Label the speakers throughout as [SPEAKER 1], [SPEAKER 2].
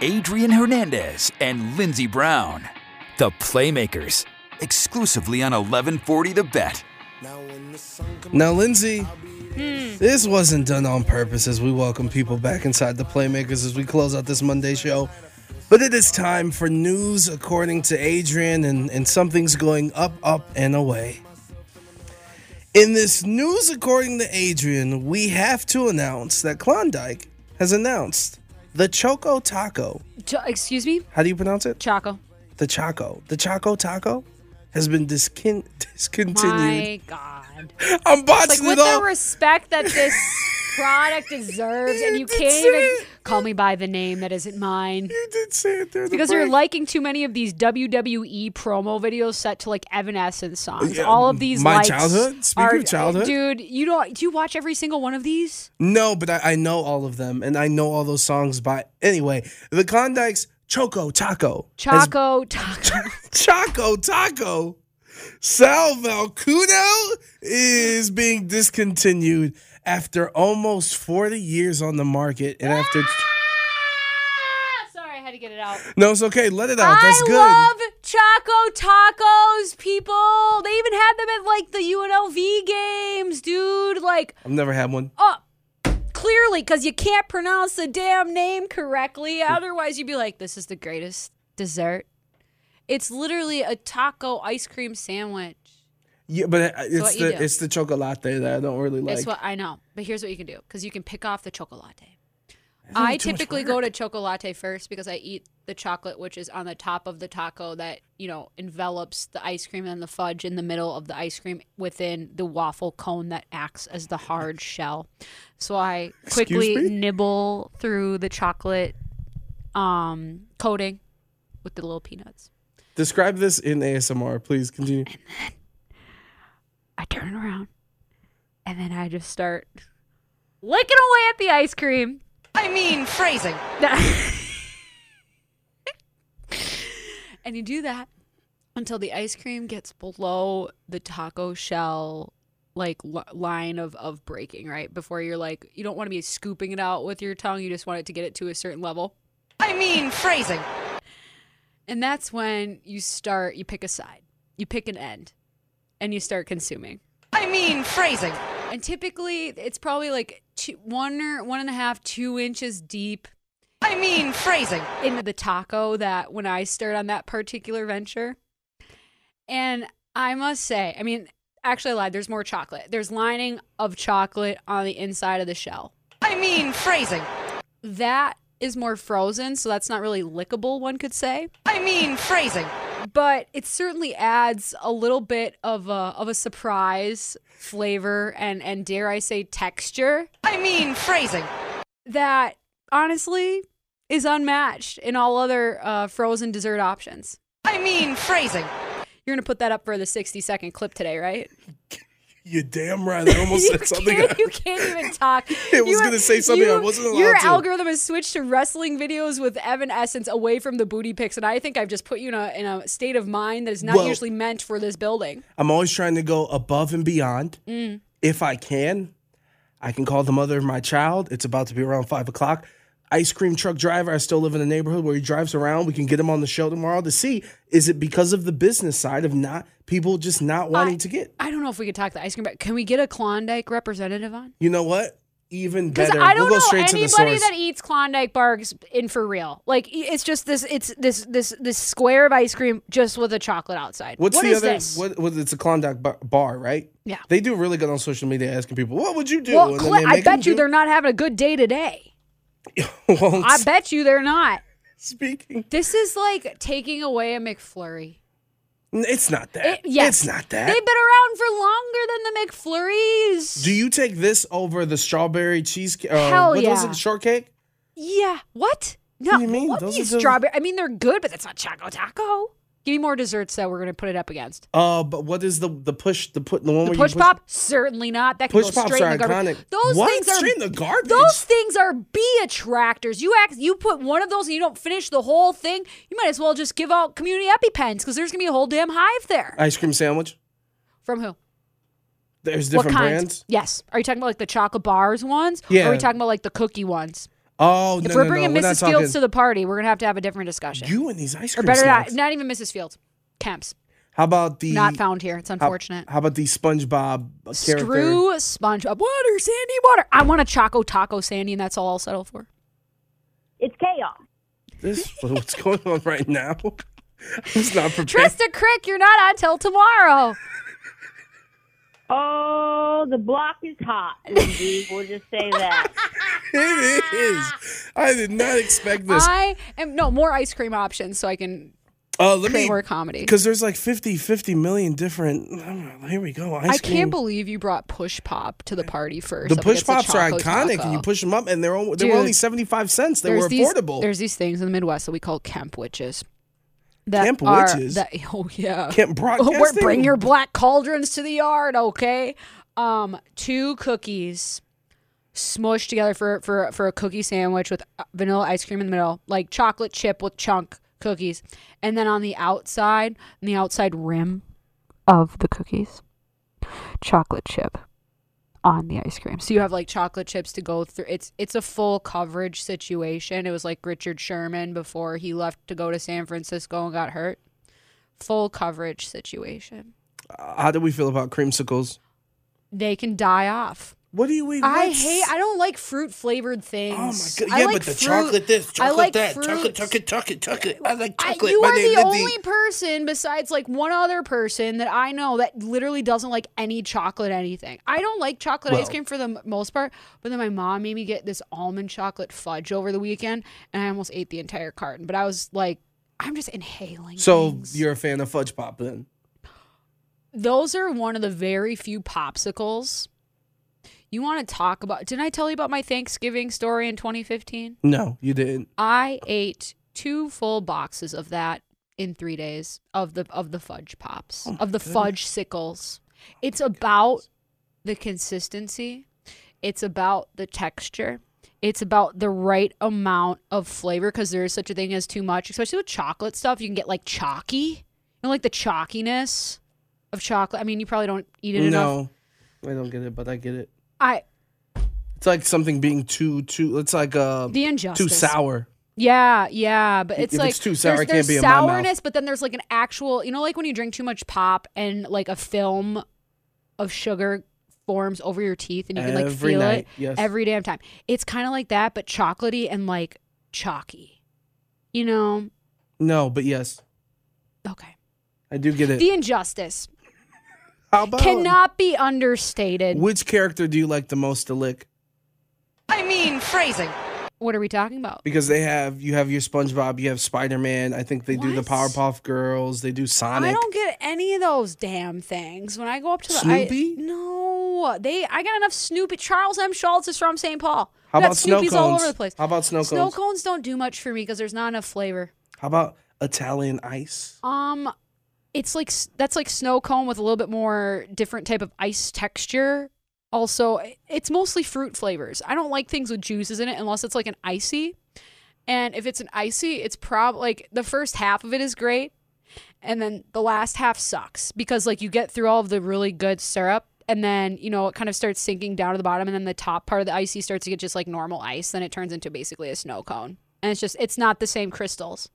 [SPEAKER 1] Adrian Hernandez and Lindsey Brown, the Playmakers, exclusively on 1140 The Bet.
[SPEAKER 2] Now, Lindsay,
[SPEAKER 3] Hmm.
[SPEAKER 2] this wasn't done on purpose as we welcome people back inside the Playmakers as we close out this Monday show. But it is time for news according to Adrian, and, and something's going up, up, and away. In this news according to Adrian, we have to announce that Klondike has announced the Choco Taco.
[SPEAKER 3] Ch- excuse me,
[SPEAKER 2] How do you pronounce it?
[SPEAKER 3] Choco.
[SPEAKER 2] The Choco. The Choco Taco has been discon- discontinued.
[SPEAKER 3] My God.
[SPEAKER 2] I'm
[SPEAKER 3] Like
[SPEAKER 2] botching
[SPEAKER 3] with
[SPEAKER 2] it all.
[SPEAKER 3] the respect that this product deserves, and you
[SPEAKER 2] You did
[SPEAKER 3] can't
[SPEAKER 2] say
[SPEAKER 3] even
[SPEAKER 2] it.
[SPEAKER 3] call me by the name that isn't mine.
[SPEAKER 2] you did say it there.
[SPEAKER 3] Because you're liking too many of these WWE promo videos set to like Evanescence songs.
[SPEAKER 2] Yeah,
[SPEAKER 3] All of these.
[SPEAKER 2] my
[SPEAKER 3] likes
[SPEAKER 2] childhood? Speaking
[SPEAKER 3] are-
[SPEAKER 2] of childhood?
[SPEAKER 3] dude, you don't. Do you watch every single one of these?
[SPEAKER 2] No, but I, I know all of them, and I know all those songs by anyway. The Klondike's Choco Taco, has-
[SPEAKER 3] Choco, Taco.
[SPEAKER 2] Choco Taco, Sal Valcuno is being discontinued after almost forty years on the market, and after
[SPEAKER 3] Sorry, I had to get it out.
[SPEAKER 2] no, it's okay. Let it out. That's
[SPEAKER 3] I
[SPEAKER 2] good.
[SPEAKER 3] love Choco Tacos, people. They even had them at like the UNLV games, dude. Like,
[SPEAKER 2] I've never had one.
[SPEAKER 3] oh, clearly, because you can't pronounce the damn name correctly. Otherwise, you'd be like, this is the greatest dessert. It's literally a taco ice cream sandwich.
[SPEAKER 2] Yeah, but I- it's
[SPEAKER 3] what you
[SPEAKER 2] the
[SPEAKER 3] do.
[SPEAKER 2] it's the chocolate that I don't really like.
[SPEAKER 3] That's what I know. But here's what you can do because you can pick off the chocolate. I
[SPEAKER 2] too much
[SPEAKER 3] typically go to chocolate first because I eat the chocolate, which is on the top of the taco that, you know, envelops the ice cream and the fudge in the middle of the ice cream within the waffle cone that acts as the hard shell. So I quickly
[SPEAKER 2] me?
[SPEAKER 3] nibble through the chocolate um, coating with the little peanuts.
[SPEAKER 2] Describe this in ASMR, please. Continue.
[SPEAKER 3] I turn around and then I just start licking away at the ice cream.
[SPEAKER 4] I mean, phrasing.
[SPEAKER 3] and you do that until the ice cream gets below the taco shell like l- line of of breaking right before you're like you don't want to be scooping it out with your tongue you just want it to get it to a certain level
[SPEAKER 4] I mean, phrasing.
[SPEAKER 3] and that's when you start you pick a side you pick an end and you start consuming
[SPEAKER 4] I mean, phrasing.
[SPEAKER 3] and typically it's probably like two, one or one and a half two inches deep
[SPEAKER 4] I mean, phrasing.
[SPEAKER 3] into the taco that when I started on that particular venture. And I must say, I mean, actually, I lied. There's more chocolate. There's lining of chocolate on the inside of the shell.
[SPEAKER 4] I mean, phrasing.
[SPEAKER 3] That is more frozen, so that's not really lickable, one could say.
[SPEAKER 4] I mean, phrasing.
[SPEAKER 3] But it certainly adds a little bit of a, of a surprise flavor and, and dare I say texture
[SPEAKER 4] I mean, phrasing.
[SPEAKER 3] that honestly is unmatched in all other uh, frozen dessert options.
[SPEAKER 4] I mean, phrasing.
[SPEAKER 3] You're gonna put that up for the 60 second clip today, right?
[SPEAKER 2] You damn right. I almost
[SPEAKER 3] You
[SPEAKER 2] said something.
[SPEAKER 3] can't, you can't even talk.
[SPEAKER 2] was
[SPEAKER 3] You are-
[SPEAKER 2] gonna say something I wasn't allowed
[SPEAKER 3] Your
[SPEAKER 2] to.
[SPEAKER 3] algorithm has switched to wrestling videos with Evanescence away from the booty pics, and I think I've just put you in a, in a state of mind that is not
[SPEAKER 2] Well-
[SPEAKER 3] usually meant for this building.
[SPEAKER 2] I'm always trying to go above and beyond.
[SPEAKER 3] Mm.
[SPEAKER 2] If I can, I can call the mother of my child. It's about to be around five o'clock. ice cream truck driver. I still live in the neighborhood where he drives around. We can get him on the show tomorrow to see is it because of the business side of not people just not wanting to get.
[SPEAKER 3] I don't know if we could talk the ice cream. But can we get a Klondike representative on?
[SPEAKER 2] You know what? Even
[SPEAKER 3] Because
[SPEAKER 2] better.
[SPEAKER 3] I don't
[SPEAKER 2] we'll go
[SPEAKER 3] know
[SPEAKER 2] straight to the
[SPEAKER 3] anybody
[SPEAKER 2] source.
[SPEAKER 3] that e-, eats Klondike bars in for real. Like i- it's just this, it's this, this, this square of ice cream just with a chocolate outside.
[SPEAKER 2] What's
[SPEAKER 3] What
[SPEAKER 2] the
[SPEAKER 3] is
[SPEAKER 2] other?
[SPEAKER 3] This?
[SPEAKER 2] What, what? It's a Klondike bar, bar, right?
[SPEAKER 3] Yeah.
[SPEAKER 2] They do really good on social media, asking people, "What would you do?"
[SPEAKER 3] well,
[SPEAKER 2] And then
[SPEAKER 3] Cl-
[SPEAKER 2] they
[SPEAKER 3] I
[SPEAKER 2] make 'em
[SPEAKER 3] bet you
[SPEAKER 2] do-
[SPEAKER 3] they're not having a good day today.
[SPEAKER 2] well,
[SPEAKER 3] I bet you they're not.
[SPEAKER 2] Speaking,
[SPEAKER 3] This is like taking away a McFlurry.
[SPEAKER 2] it's not that.
[SPEAKER 3] It- yes.
[SPEAKER 2] It's not that.
[SPEAKER 3] They've been around for longer than the McFlurries.
[SPEAKER 2] do you take this over the strawberry cheesecake? Uh,
[SPEAKER 3] Hell
[SPEAKER 2] what was
[SPEAKER 3] yeah.
[SPEAKER 2] it, shortcake?
[SPEAKER 3] yeah. What? No.
[SPEAKER 2] What do you mean?
[SPEAKER 3] What
[SPEAKER 2] Those are
[SPEAKER 3] these
[SPEAKER 2] the-
[SPEAKER 3] strawberry? I mean, they're good, but that's not Choco Taco. Give me more desserts that we're gonna put it up against.
[SPEAKER 2] Uh, but what is the the push? The put the one
[SPEAKER 3] The
[SPEAKER 2] where
[SPEAKER 3] push
[SPEAKER 2] Oh, you push
[SPEAKER 3] pop? Certainly not. That can
[SPEAKER 2] Push
[SPEAKER 3] go
[SPEAKER 2] pops
[SPEAKER 3] straight
[SPEAKER 2] are
[SPEAKER 3] in the garbage.
[SPEAKER 2] iconic.
[SPEAKER 3] Those
[SPEAKER 2] What?
[SPEAKER 3] things are
[SPEAKER 2] Straight in the garbage?
[SPEAKER 3] Those things are bee attractors. You act, you put one of those and you don't finish the whole thing. You might as well just give out community epipens because there's gonna be a whole damn hive there.
[SPEAKER 2] ice cream sandwich?
[SPEAKER 3] From who?
[SPEAKER 2] There's different
[SPEAKER 3] what kinds?
[SPEAKER 2] brands.
[SPEAKER 3] Yes. Are you talking about like the chocolate bars ones? Or are
[SPEAKER 2] Yeah.
[SPEAKER 3] we talking about like the cookie ones?
[SPEAKER 2] Oh,
[SPEAKER 3] If
[SPEAKER 2] no,
[SPEAKER 3] we're
[SPEAKER 2] no,
[SPEAKER 3] bringing
[SPEAKER 2] no, we're not
[SPEAKER 3] Mrs. Fields to
[SPEAKER 2] talking-
[SPEAKER 3] the party, we're gonna have to have a different discussion.
[SPEAKER 2] you and these ice
[SPEAKER 3] or
[SPEAKER 2] cream
[SPEAKER 3] better not,
[SPEAKER 2] snacks.
[SPEAKER 3] not even Mrs. Fields. Kemp's
[SPEAKER 2] How about the
[SPEAKER 3] not found here. It's
[SPEAKER 2] how-
[SPEAKER 3] unfortunate.
[SPEAKER 2] How, about the SpongeBob uh, character?
[SPEAKER 3] Screw SpongeBob. Water, Sandy, water. I want a Choco Taco Sandy, and that's all I'll settle for.
[SPEAKER 5] It's chaos.
[SPEAKER 2] This what's going on right now? It's not prepared.
[SPEAKER 3] Trista Crick, you're not on till tomorrow.
[SPEAKER 5] Oh, the block is hot. Lindsay. we'll just say that.
[SPEAKER 2] It is. I did not expect this.
[SPEAKER 3] I am no more ice cream options, so I can
[SPEAKER 2] Uh, let
[SPEAKER 3] create
[SPEAKER 2] me,
[SPEAKER 3] more comedy.
[SPEAKER 2] because there's like 50, 50 million different. um, Here we go. Ice
[SPEAKER 3] I
[SPEAKER 2] cream.
[SPEAKER 3] can't believe you brought push pop to the party first.
[SPEAKER 2] the
[SPEAKER 3] up
[SPEAKER 2] push
[SPEAKER 3] against the
[SPEAKER 2] pops are
[SPEAKER 3] Choco
[SPEAKER 2] iconic,
[SPEAKER 3] Taco.
[SPEAKER 2] and you push them up, and they're all, they were
[SPEAKER 3] Dude,
[SPEAKER 2] only seventy five cents. They were
[SPEAKER 3] these,
[SPEAKER 2] affordable.
[SPEAKER 3] There's these things in the Midwest that we call camp witches. That
[SPEAKER 2] Camp
[SPEAKER 3] are-
[SPEAKER 2] witches?
[SPEAKER 3] That, oh yeah.
[SPEAKER 2] Camp broadcasting?
[SPEAKER 3] Where- Oh, Bring your black cauldrons to the yard, okay? Um, two cookies smushed together for for for a cookie sandwich with uh, vanilla ice cream in the middle, like chocolate chip with chunk cookies, and then on the outside, on the outside rim of the cookies, chocolate chip on the ice cream. So you have like chocolate chips to go through. It's it's a full coverage situation. It was like Richard Sherman before he left to go to San Francisco and got hurt. Full coverage situation.
[SPEAKER 2] Uh, How do we feel about creamsicles?
[SPEAKER 3] They can die off.
[SPEAKER 2] What do you eat?
[SPEAKER 3] I
[SPEAKER 2] What's-
[SPEAKER 3] hate. I don't like fruit flavored things.
[SPEAKER 2] Oh my god!
[SPEAKER 3] I
[SPEAKER 2] Yeah,
[SPEAKER 3] like
[SPEAKER 2] but the
[SPEAKER 3] fruit-
[SPEAKER 2] chocolate this,
[SPEAKER 3] I
[SPEAKER 2] chocolate
[SPEAKER 3] like
[SPEAKER 2] that,
[SPEAKER 3] fruit.
[SPEAKER 2] chocolate, chocolate, chocolate, chocolate. I like
[SPEAKER 3] I-
[SPEAKER 2] chocolate.
[SPEAKER 3] you
[SPEAKER 2] My
[SPEAKER 3] are
[SPEAKER 2] name
[SPEAKER 3] the
[SPEAKER 2] Lindsay.
[SPEAKER 3] only person besides like one other person that I know that literally doesn't like any chocolate anything. I don't like chocolate ice
[SPEAKER 2] Well-
[SPEAKER 3] cream for the m- most part, but then my mom made me get this almond chocolate fudge over the weekend, and I almost ate the entire carton. But I was like, I'm just inhaling.
[SPEAKER 2] So
[SPEAKER 3] things.
[SPEAKER 2] you're a fan of fudge pop then?
[SPEAKER 3] those are one of the very few popsicles. You want to talk about? Didn't I tell you about my Thanksgiving story in 2015?
[SPEAKER 2] No, you didn't.
[SPEAKER 3] I ate two full boxes of that in three days of the of the fudge pops
[SPEAKER 2] Oh my
[SPEAKER 3] of the
[SPEAKER 2] goodness. Oh
[SPEAKER 3] fudge sickles. It's about the consistency. It's about the texture. It's about the right amount of flavor because there is such a thing as too much, especially with chocolate stuff. You can get like chalky, you know, like the chalkiness of chocolate. I mean, you probably don't eat it enough.
[SPEAKER 2] No, I don't get it, but I get it.
[SPEAKER 3] I
[SPEAKER 2] It's like something being too too. It's like uh
[SPEAKER 3] the
[SPEAKER 2] too
[SPEAKER 3] injustice.
[SPEAKER 2] sour.
[SPEAKER 3] Yeah, yeah, but it's
[SPEAKER 2] if
[SPEAKER 3] like
[SPEAKER 2] it's too sour,
[SPEAKER 3] there's,
[SPEAKER 2] it can't
[SPEAKER 3] there's
[SPEAKER 2] be in my mouth.
[SPEAKER 3] sourness, but then there's like an actual, you know, like when you drink too much pop and like a film of sugar forms over your teeth and you can like
[SPEAKER 2] Every
[SPEAKER 3] feel
[SPEAKER 2] night,
[SPEAKER 3] it
[SPEAKER 2] yes.
[SPEAKER 3] every damn time. It's kind of like that, but chocolatey and like chalky. You know?
[SPEAKER 2] No, but yes,
[SPEAKER 3] Okay.
[SPEAKER 2] I do get it.
[SPEAKER 3] The injustice
[SPEAKER 2] How about
[SPEAKER 3] cannot be understated.
[SPEAKER 2] Which character do you like the most to lick?
[SPEAKER 4] I mean phrasing.
[SPEAKER 3] what are we talking about?
[SPEAKER 2] Because they have you have your SpongeBob, you have Spider Man. I think they do the
[SPEAKER 3] What?
[SPEAKER 2] Powerpuff Girls. They do Sonic.
[SPEAKER 3] I don't get any of those damn things when I go up to the
[SPEAKER 2] Snoopy?
[SPEAKER 3] I, no, they. I got enough Snoopy. Charles M. Schultz is from St. Paul.
[SPEAKER 2] How
[SPEAKER 3] We got
[SPEAKER 2] about snow
[SPEAKER 3] Snoopy's
[SPEAKER 2] cones?
[SPEAKER 3] all over the place.
[SPEAKER 2] How about snow,
[SPEAKER 3] Snow
[SPEAKER 2] cones?
[SPEAKER 3] cones don't do much for me because there's not enough flavor.
[SPEAKER 2] How about Italian ice?
[SPEAKER 3] Um, it's like s- that's like snow cone with a little bit more different type of ice texture. Also, i- it's mostly fruit flavors. I don't like things with juices in it unless it's like an icy. And if it's an icy, it's probably like the first half of it is great, and then the last half sucks because like you get through all of the really good syrup and then you know it kind of starts sinking down to the bottom and then the top part of the icy starts to get just like normal ice then it turns into basically a snow cone and it's just it's not the same crystals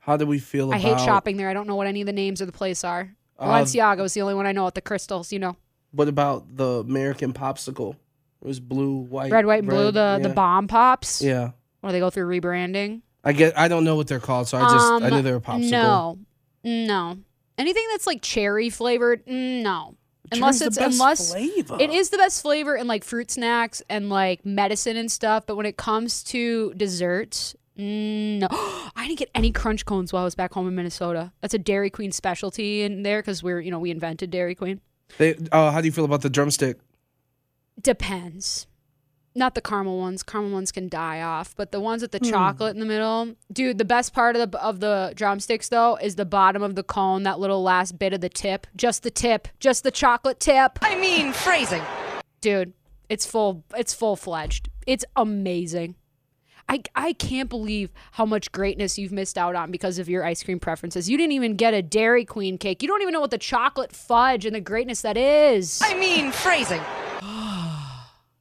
[SPEAKER 2] How do we feel about
[SPEAKER 3] i hate shopping there i don't know what any of the names of the place are
[SPEAKER 2] Uh,
[SPEAKER 3] balenciaga is the only one i know with the crystals you know
[SPEAKER 2] What about the American popsicle? It was blue, white,
[SPEAKER 3] red white and blue the the
[SPEAKER 2] yeah.
[SPEAKER 3] bomb pops
[SPEAKER 2] Yeah,
[SPEAKER 3] where they go through rebranding
[SPEAKER 2] I get. I don't know what they're called, so I just I
[SPEAKER 3] Um,
[SPEAKER 2] knew they were popsicle.
[SPEAKER 3] No, no, anything that's like cherry flavored, mm, no. Unless
[SPEAKER 2] Cherry's
[SPEAKER 3] it's
[SPEAKER 2] the best
[SPEAKER 3] unless
[SPEAKER 2] flavor.
[SPEAKER 3] it is the best flavor in like fruit snacks and like medicine and stuff, but when it comes to desserts, mm, no. I didn't get any crunch cones while I was back home in Minnesota. That's a Dairy Queen specialty in there because we're you know we invented Dairy Queen.
[SPEAKER 2] They, oh, how do you feel about the drumstick?
[SPEAKER 3] Depends. Not the caramel ones. Caramel ones can die off, but the ones with the chocolate in the middle, dude. The best part of the of the drumsticks though is the bottom of the cone. That little last bit of the tip, just the tip, just the chocolate tip,
[SPEAKER 4] I mean phrasing.
[SPEAKER 3] dude. It's full. It's full fledged. It's amazing. I I can't believe how much greatness you've missed out on because of your ice cream preferences. You didn't even get a Dairy Queen cake. You don't even know what the chocolate fudge and the greatness that is.
[SPEAKER 4] I mean phrasing.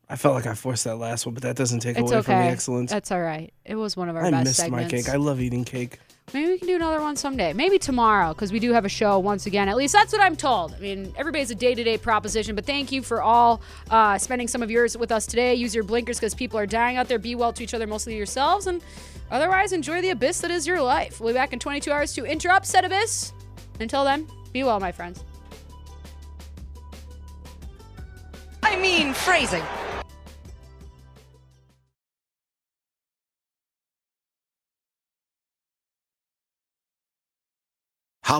[SPEAKER 2] I felt like I forced that last one, but that doesn't take
[SPEAKER 3] It's
[SPEAKER 2] away
[SPEAKER 3] okay.
[SPEAKER 2] from the excellence.
[SPEAKER 3] That's all right. It was one of our
[SPEAKER 2] I
[SPEAKER 3] best
[SPEAKER 2] missed
[SPEAKER 3] segments.
[SPEAKER 2] my cake. I love eating cake.
[SPEAKER 3] Maybe we can do another one someday. Maybe tomorrow, because we do have a show once again. At least that's what I'm told. I mean, everybody's a day to day proposition, but thank you for all uh, spending some of yours with us today. Use your blinkers because people are dying out there. Be well to each other, mostly yourselves, and otherwise enjoy the abyss that is your life. We'll be back in 22 hours to interrupt said abyss. Until then, be well, my friends.
[SPEAKER 4] I mean phrasing.
[SPEAKER 6] How